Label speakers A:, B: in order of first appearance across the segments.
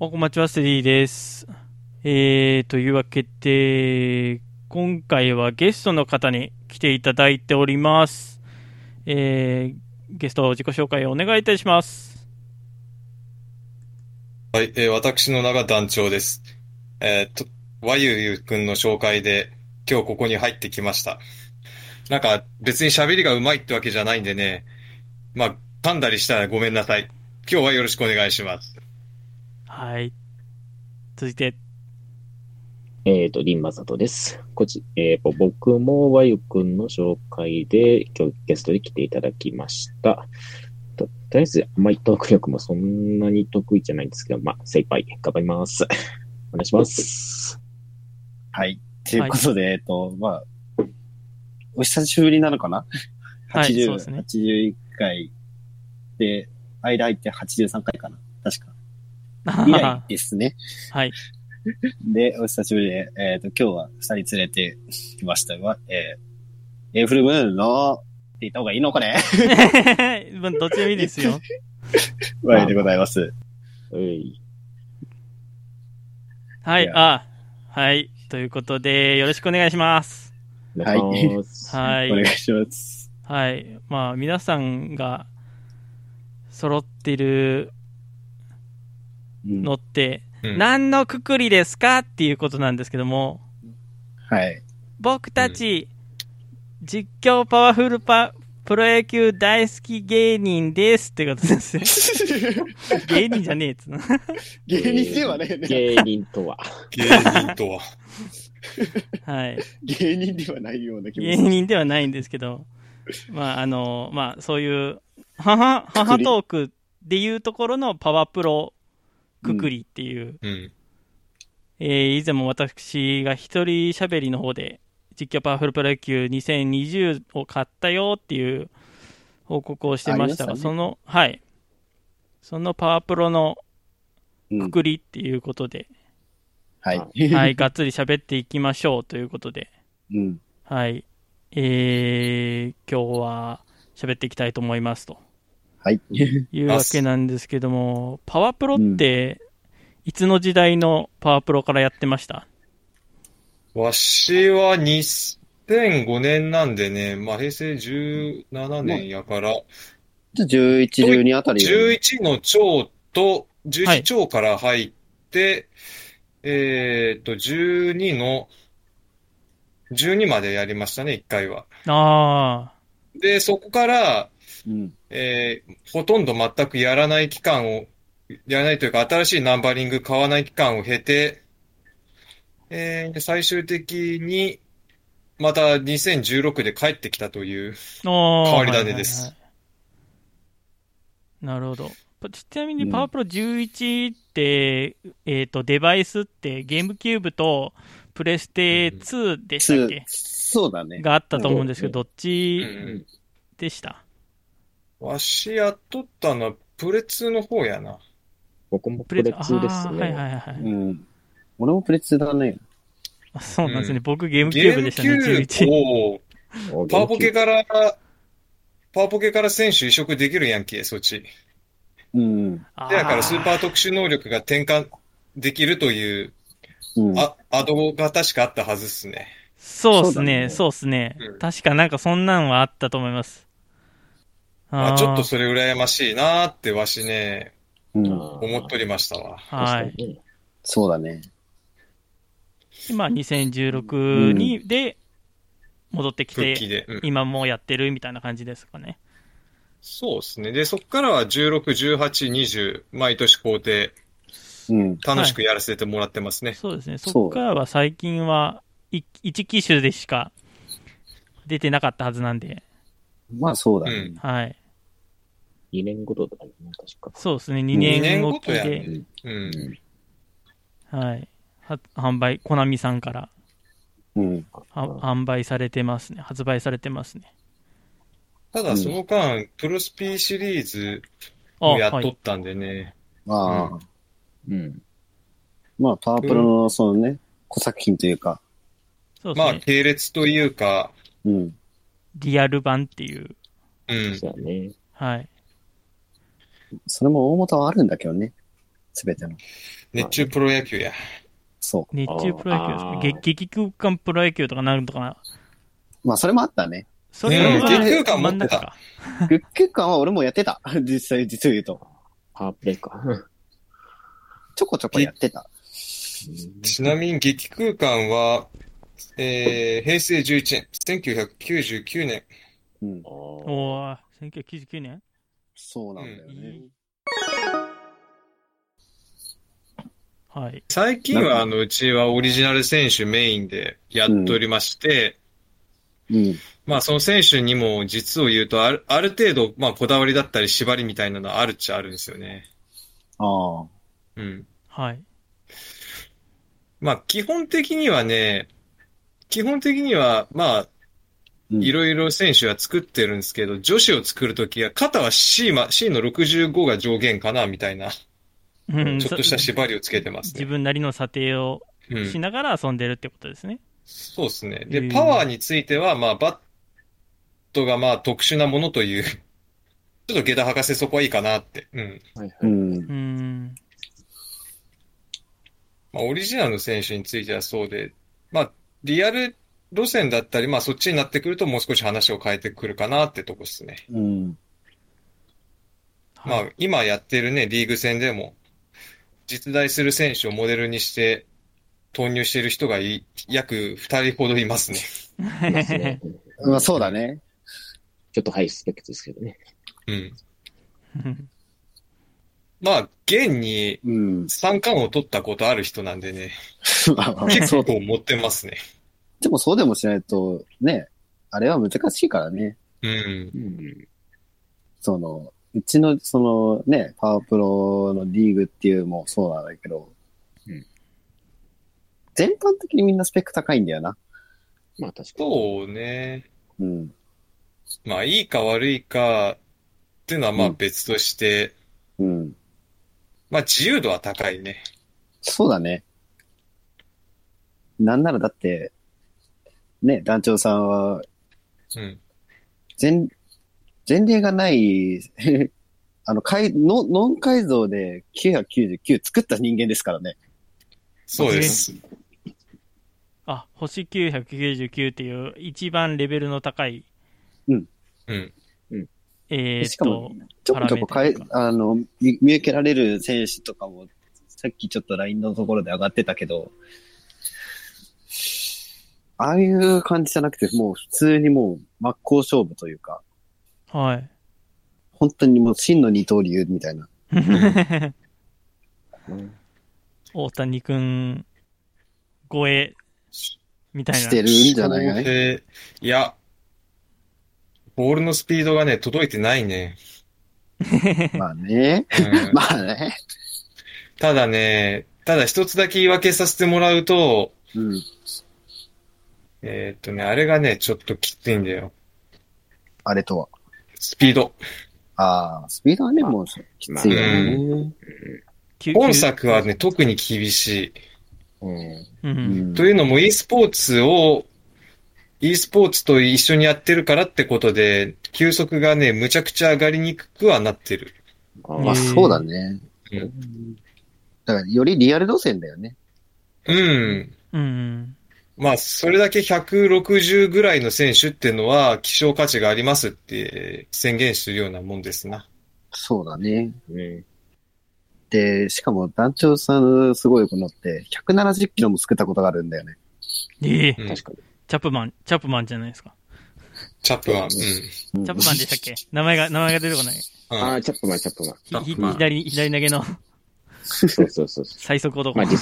A: おこまちはセリーです。えー、というわけで、今回はゲストの方に来ていただいております。えー、ゲスト自己紹介をお願いいたします。
B: はい、えー私の名が団長です。えーと、和ゆゆくんの紹介で今日ここに入ってきました。なんか別に喋りが上手いってわけじゃないんでね、まあ噛んだりしたらごめんなさい。今日はよろしくお願いします。
A: はい。続いて、
C: えっ、と、リンマサトです。こっち、えっ、と、僕も和ゆくんの紹介で、今日ゲストで来ていただきました。ととりあえず、あんまりトーク力もそんなに得意じゃないんですけど、まあ、精一杯頑張ります。 お願いします。
D: はい。ということで、えっと、まあ、お久しぶりなのか な
A: はい
D: ?80、
A: そうですね
D: 81回で、間入って83回かな確か。以来ですね。
A: はい。
D: で、お久しぶりで、えっ、と、今日は二人連れてきましたが、えー、エイフルムーンの、って言った方がいいのこ れ
A: まあどっちでもいいですよ。
D: わいでございます。
C: うい
A: はいい、
D: や
A: あ、はい。ということで、よろしくお願いします。
C: お願いします。
A: はい。
D: お願いします。
A: はい。まあ、皆さんが揃ってる
D: うん
A: のって、
B: うん
A: 何のくくりですかっていうことなんですけども、
D: はい。
A: 僕たち、実況パワフルパ、プロ野球大好き芸人ですってこと ですよ。芸人じゃねえっつうの。
D: 芸人ではね、
C: 芸人とは。
B: 芸人とは。
A: はい。
D: 芸人ではないような気も
A: 芸
D: する。
A: 人ではないんですけど、まあ、あの、まあ、そういう、母、母トークでいうところのパワプロくくりっていう、
B: うん。
A: えー以前も私が一人喋りの方で実況パワフルプロ野球2020を買ったよっていう報告をしてましたが、
D: ありました
A: そ
D: ね
A: の、はい。そのパワプロの
D: う
A: く
D: ん
A: くりっていうことで、
D: はい。
A: はい、がっつり喋っていきましょうということで、
D: うん。
A: はい。えー、今日は喋っていきたいと思いますと
D: はい。
A: いうわけなんですけども、パワプロって、いつの時代のパワプロからやってました
B: わしは2005年なんでね、まあ平成17年やから、
D: 11、12あたり。
B: 11の長と、
A: はい
B: 11長から入って、えっと、12の、12までやりましたね、1回は。
A: ああ、
B: で、そこから、
D: うん。
B: えーほとんど全くやらない期間を、やらないというか、新しいナンバリング買わない期間を経て、えー最終的に、また2016で帰ってきたという、
A: 変
B: 変わり種です
A: なるほど。ぱちなみ
D: う
A: に
D: ん
A: パワープロ11って、えっ、と、デバイスってゲームキューブとプレステ2でしたっけ、
D: そうだね。
A: があったと思うんですけど、どっ
B: う
A: ち
B: ん
A: でした
B: わしやっとったのは、プレ2の方やな。
C: 僕もプ
A: プ
C: レ
A: レ
C: ツです
A: あーはいは
C: ね。
A: いはい。
D: うん。俺もプレツだね。
A: あそうなんですね。
B: う
A: 僕ゲームキュ
B: ゲ
A: ー
B: ー
A: ブ
B: ム
A: でし
B: キ
A: たね、
B: ュー
A: 11。
B: ブを、
C: お
B: パワポ
C: 元気
B: ケから、パワポケから選手移植できるやんけ、そっち。
D: うん。
A: あ
B: だからスーパー特殊能力が転換できるという、
D: うん。
B: あ、アドが確かあったはずっすね。
A: そうです
D: そうだ
A: ね、
D: ね
A: そうですね
B: う。ん
A: 確かなんかそんなんはあったと思います。
B: まあ、ちょっと
A: ー
B: それ羨ましいなーってわしね、
D: うん。
B: 思っとりましたわ。
A: はい。
C: い。
D: そうだね。
A: 今、2016に、で、戻ってき
B: 復
A: て、
B: 帰で。うん
A: 今もうやってるみたいな感じですかね。
B: そうですね。で、そっからは16、18、20、毎年校庭、
D: うん。
B: 楽しくやらせてもらってますね。
A: そうですね。
D: そ
A: そうこからは最近は、1機種でしか出てなかったはずなんで、
D: まあそうだね。
A: はい。
C: 2年ごとだね、確か。
A: そうですね。2
D: ん
A: 年おき
B: 二
A: で、
B: 年うん。
A: はい。は販売、コナミさんから
D: うん。
A: は
C: うん
A: 販売されてますね。発売されてますね。
B: ただ、その間、プロスピーシリーズ
A: あ、
B: をやっ
A: は
B: とっ
A: い。
B: たんでね。
D: まあ、
C: うん。
D: まあパワープロのそのね、小作品というか、
A: そうです
B: まあ、
A: ね。
B: 系列というか、
D: うん。
A: リアル版っていう。
B: うん。
C: そうだね。
A: はい。
D: それも大元はあるんだけどね。すべての。
B: 熱中プロ野球や。
D: そ
A: 日中プロ野球
C: あー
A: ですね。激激空間プロ野球とかなんとか、
D: う。まあ、それもあった ね。
A: そ
B: ね
A: れ
D: え
A: が
B: 激空間持
A: 真
B: っ
A: ん
B: てた
A: 中か。
D: クック感は俺もやってた。 実際、実を言うと。
C: パワープレイか。うん
D: ちょこちょこやってた。
B: ちなみに激空間は、えー、平成11年、1999年。
D: うん。
C: おー
A: おー、1999年
D: そうなんだよね。
A: はい。
B: 最近は、あの、うちはオリジナル選手メインでやっておりまして、
D: うん。
B: まあ、その選手にも実を言うと、ある、ある程度、まあ、こだわりだったり、縛りみたいなのはあるっちゃあるんですよね。
D: ああ。
B: うん。
A: はい。
B: まあ、基本的にはね、基本的には、まあ、
D: うん
B: いろいろ選手は作ってるんですけど、女子を作るときは、肩は C ま、C の65が上限かな、みたいな、ち
A: う
B: ょっとした
A: そ
B: 縛りをつけてます
A: 自
B: ね。
A: 分なりの査定を
B: うん
A: しながら遊んでるってことですね。
B: そうですね。
A: う
B: で、
A: ん
B: パワーについては、まあ、バットがまあ特殊なものという、 ちょっと下駄博士そこはいいかなって。うん。
C: はいは
D: う
C: い。
D: ん
A: う。ーん。
B: まあ、オリジナルの選手についてはそうで、まあ、リアル路線だったり、まあ、そっちになってくるともう少し話を変えてくるかなってとこですね。
D: うん。
B: まあ、今やってるね、リーグ戦でも、実在する選手をモデルにして、投入している人がい約2人ほどいますね。
A: あ
C: います ねうん
D: まあ、そうだね。
C: ちょっとハイスペックトですけどね。
B: うん。まあ、現に
D: うん。
B: 三冠を取ったことある人なんでね、
D: まあまあ
B: 結構持ってますね。
D: でもそうでもしないと、ね、あれは難しいからね。
B: うん。
C: うん。
D: その、うちの、そのね、パワープロのリーグっていうのもそうなんだけど、
C: うん
D: 全般的にみんなスペック高いんだよな。
C: まあ確かに。
B: そうね。
D: うん。
B: まあ、いいか悪いかっていうのはまあ
D: うん
B: 別として、
D: うん。
B: まあ自由度は高いね。
D: そうだね。なんならだって、ね、団長さんは、
B: うん。
D: 前、前例がない、 あの、改ノンノン改造で999作った人間ですからね。
B: そうです。
A: あ、星999っていう一番レベルの高い、
B: うん。
A: えー、っ
D: しかも
A: と、
D: ちょこちょこ変
A: パラメ
D: え
A: ーターと、
D: あの、見見受けられる選手とかも、さっきちょっと LINE のところで上がってたけど、ああいう感じじゃなくて、もう普通にもう真っ向勝負というか、
A: はい。
D: 本当にもう真の二刀流みたいな。
A: 大谷くん、超え、みたい
D: し
A: な。
D: てるんじゃない
B: 可能性いや、ボールのスピードがね、届いてないね。
D: まあね。
B: うん
D: まあね。
B: ただね、ただ一つだけ言い訳させてもらうと、
D: うん。
B: えーっとね、あれがね、ちょっときついんだよ。
D: あれとは。
B: スピード。
D: ああ、スピードはね、もうきついよね。
A: きゅ
B: 本作はね、特に厳しい。
C: うん。
A: う。
D: うんん
B: と。いうのも e スポーツを、e スポーツと一緒にやってるからってことで、球速がね、むちゃくちゃ上がりにくくはなってる。
C: あ
D: まあそうだね。
B: うん
D: だから、よりリアル路線だよね。
B: うん。
A: うん。
B: まあ、それだけ160ぐらいの選手ってのは、希少価値がありますって宣言するようなもんですな。
D: そうだね。
C: うん。
D: で、しかも団長さんすごいのって、170キロも作ったことがあるんだよね。
A: ええ
B: うん
C: 確かに。
A: チャップマン、チャップマンじゃないですか。
B: チャップは。うん。
A: チャップマンでしたっけ名前が、名前が出てこない。
C: あ
B: うん
C: あ、チャップマン、チャップマン。
B: チャ
A: ひ
B: ッ
A: ひ
B: プマン
A: 左、左投げの
C: そうそうそ うそ
A: 最速
C: う。
A: 男
C: まあ。実、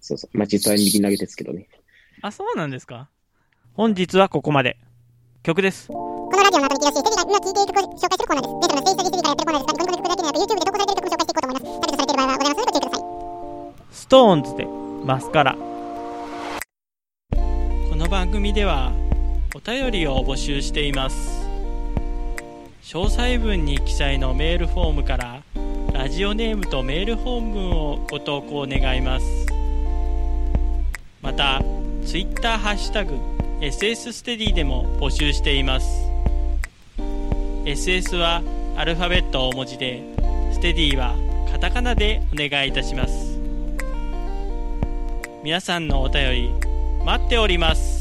C: そうそう。まあ実際右投げですけどね。
A: あ、そうなんですか本日はここまで。曲です。
E: このラジオの後に聞き出し、テレビが今聞いている曲を紹介するコーナーです。デートのスイスイスリからやってるコーナーですが、この曲だけでなく YouTube で投稿されている曲を紹介していこうと思います。ダメとされている場合はございますのでご注意ください。
A: ストーンズでマスカラこの番組ではお便りを募集しています詳細文に記載のメールフォームからラジオネームとメール本文をご投稿願いますまた Twitter ハッシュタグ SS ステディでも募集しています SS はアルファベット大文字でステディはカカタカナでお願いいたします皆さんのお便り待っております